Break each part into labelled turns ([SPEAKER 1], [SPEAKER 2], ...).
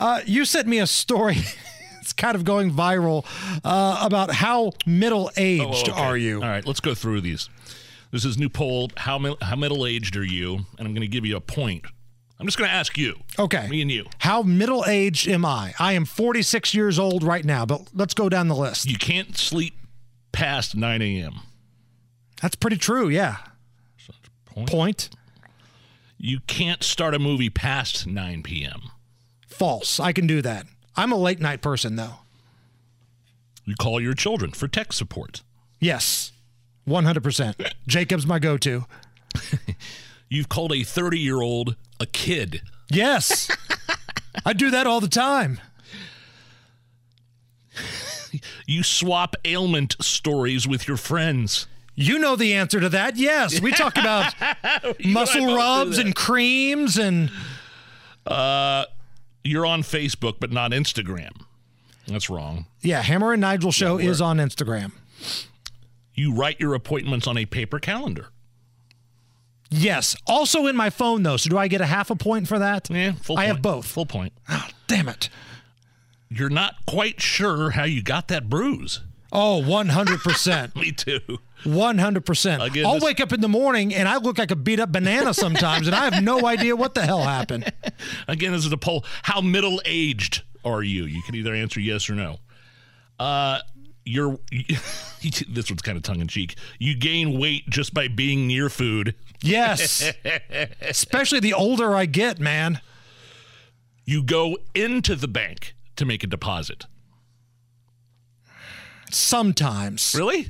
[SPEAKER 1] Uh, you sent me a story. it's kind of going viral uh, about how middle aged
[SPEAKER 2] Oh, okay.
[SPEAKER 1] are you?
[SPEAKER 2] All right, let's go through these. This is new poll. How mi- how middle aged are you? And I'm going to give you a point. I'm just going to ask you.
[SPEAKER 1] Okay.
[SPEAKER 2] Me and you.
[SPEAKER 1] How middle aged am I? I am 46 years old right now, but let's go down the list.
[SPEAKER 2] You can't sleep past 9 a.m.
[SPEAKER 1] That's pretty true, yeah.
[SPEAKER 2] Point.
[SPEAKER 1] Point.
[SPEAKER 2] You can't start a movie past 9 p.m.
[SPEAKER 1] False. I can do that. I'm a late night person, though.
[SPEAKER 2] You call your children for tech support.
[SPEAKER 1] Yes, 100%. Jacob's my go to.
[SPEAKER 2] You've called a 30 year old a kid.
[SPEAKER 1] Yes, I do that all the time.
[SPEAKER 2] You swap ailment stories with your friends.
[SPEAKER 1] You know the answer to that. Yes, we talk about muscle rubs and creams and
[SPEAKER 2] You're on Facebook, but not Instagram. That's wrong.
[SPEAKER 1] yeah, Hammer and Nigel show is on Instagram.
[SPEAKER 2] You write your appointments on a paper calendar.
[SPEAKER 1] Yes, also in my phone though. So do I get a half a point for that?
[SPEAKER 2] Yeah, full
[SPEAKER 1] I
[SPEAKER 2] point.
[SPEAKER 1] have both.
[SPEAKER 2] Full point.
[SPEAKER 1] Damn it.
[SPEAKER 2] You're not quite sure how you got that bruise.
[SPEAKER 1] Oh, 100%.
[SPEAKER 2] Me too.
[SPEAKER 1] 100%.
[SPEAKER 2] Again,
[SPEAKER 1] I'll
[SPEAKER 2] this-
[SPEAKER 1] wake up in the morning and I look like a beat up banana sometimes and I have no idea what the hell happened.
[SPEAKER 2] Again, this is a poll. How middle aged are you? You can either answer yes or no. Uh, you're. this one's kind of tongue in cheek. You gain weight just by being near food.
[SPEAKER 1] Yes. Especially the older I get, man.
[SPEAKER 2] You go into the bank to make a deposit.
[SPEAKER 1] Sometimes.
[SPEAKER 2] Really?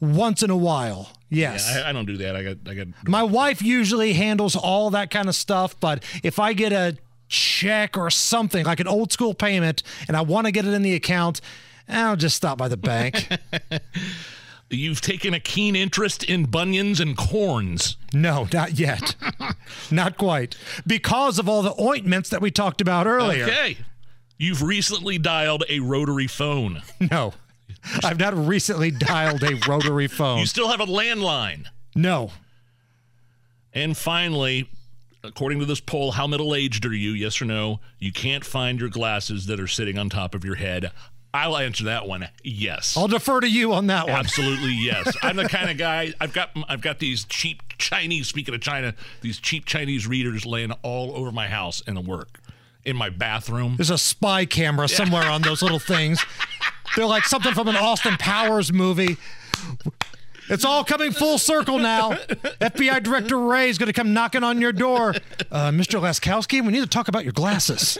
[SPEAKER 1] Once in a while. Yes.
[SPEAKER 2] I, I don't do that. I got. I got.
[SPEAKER 1] My wife usually handles all that kind of stuff, but if I get a check or something, like an old school payment, and I want to get it in the account, I'll just stop by the bank.
[SPEAKER 2] You've taken a keen interest in bunions and corns.
[SPEAKER 1] no, not yet. not quite. Because of all the ointments that we talked about earlier.
[SPEAKER 2] Okay. You've recently dialed a rotary phone.
[SPEAKER 1] No. I've not recently dialed a rotary phone.
[SPEAKER 2] You still have a landline.
[SPEAKER 1] No.
[SPEAKER 2] And finally, according to this poll, how middle aged are you? Yes or no? You can't find your glasses that are sitting on top of your head. I'll answer that one. Yes.
[SPEAKER 1] I'll defer to you on that one.
[SPEAKER 2] Absolutely yes. I'm the kind of guy I've got I've got these cheap Chinese speaking of China, these cheap Chinese readers laying all over my house and work. In my bathroom.
[SPEAKER 1] There's a spy camera somewhere on those little things. They're like something from an Austin Powers movie. It's all coming full circle now. FBI Director Ray is going to come knocking on your door. Uh, Mr. Laskowski, we need to talk about your glasses.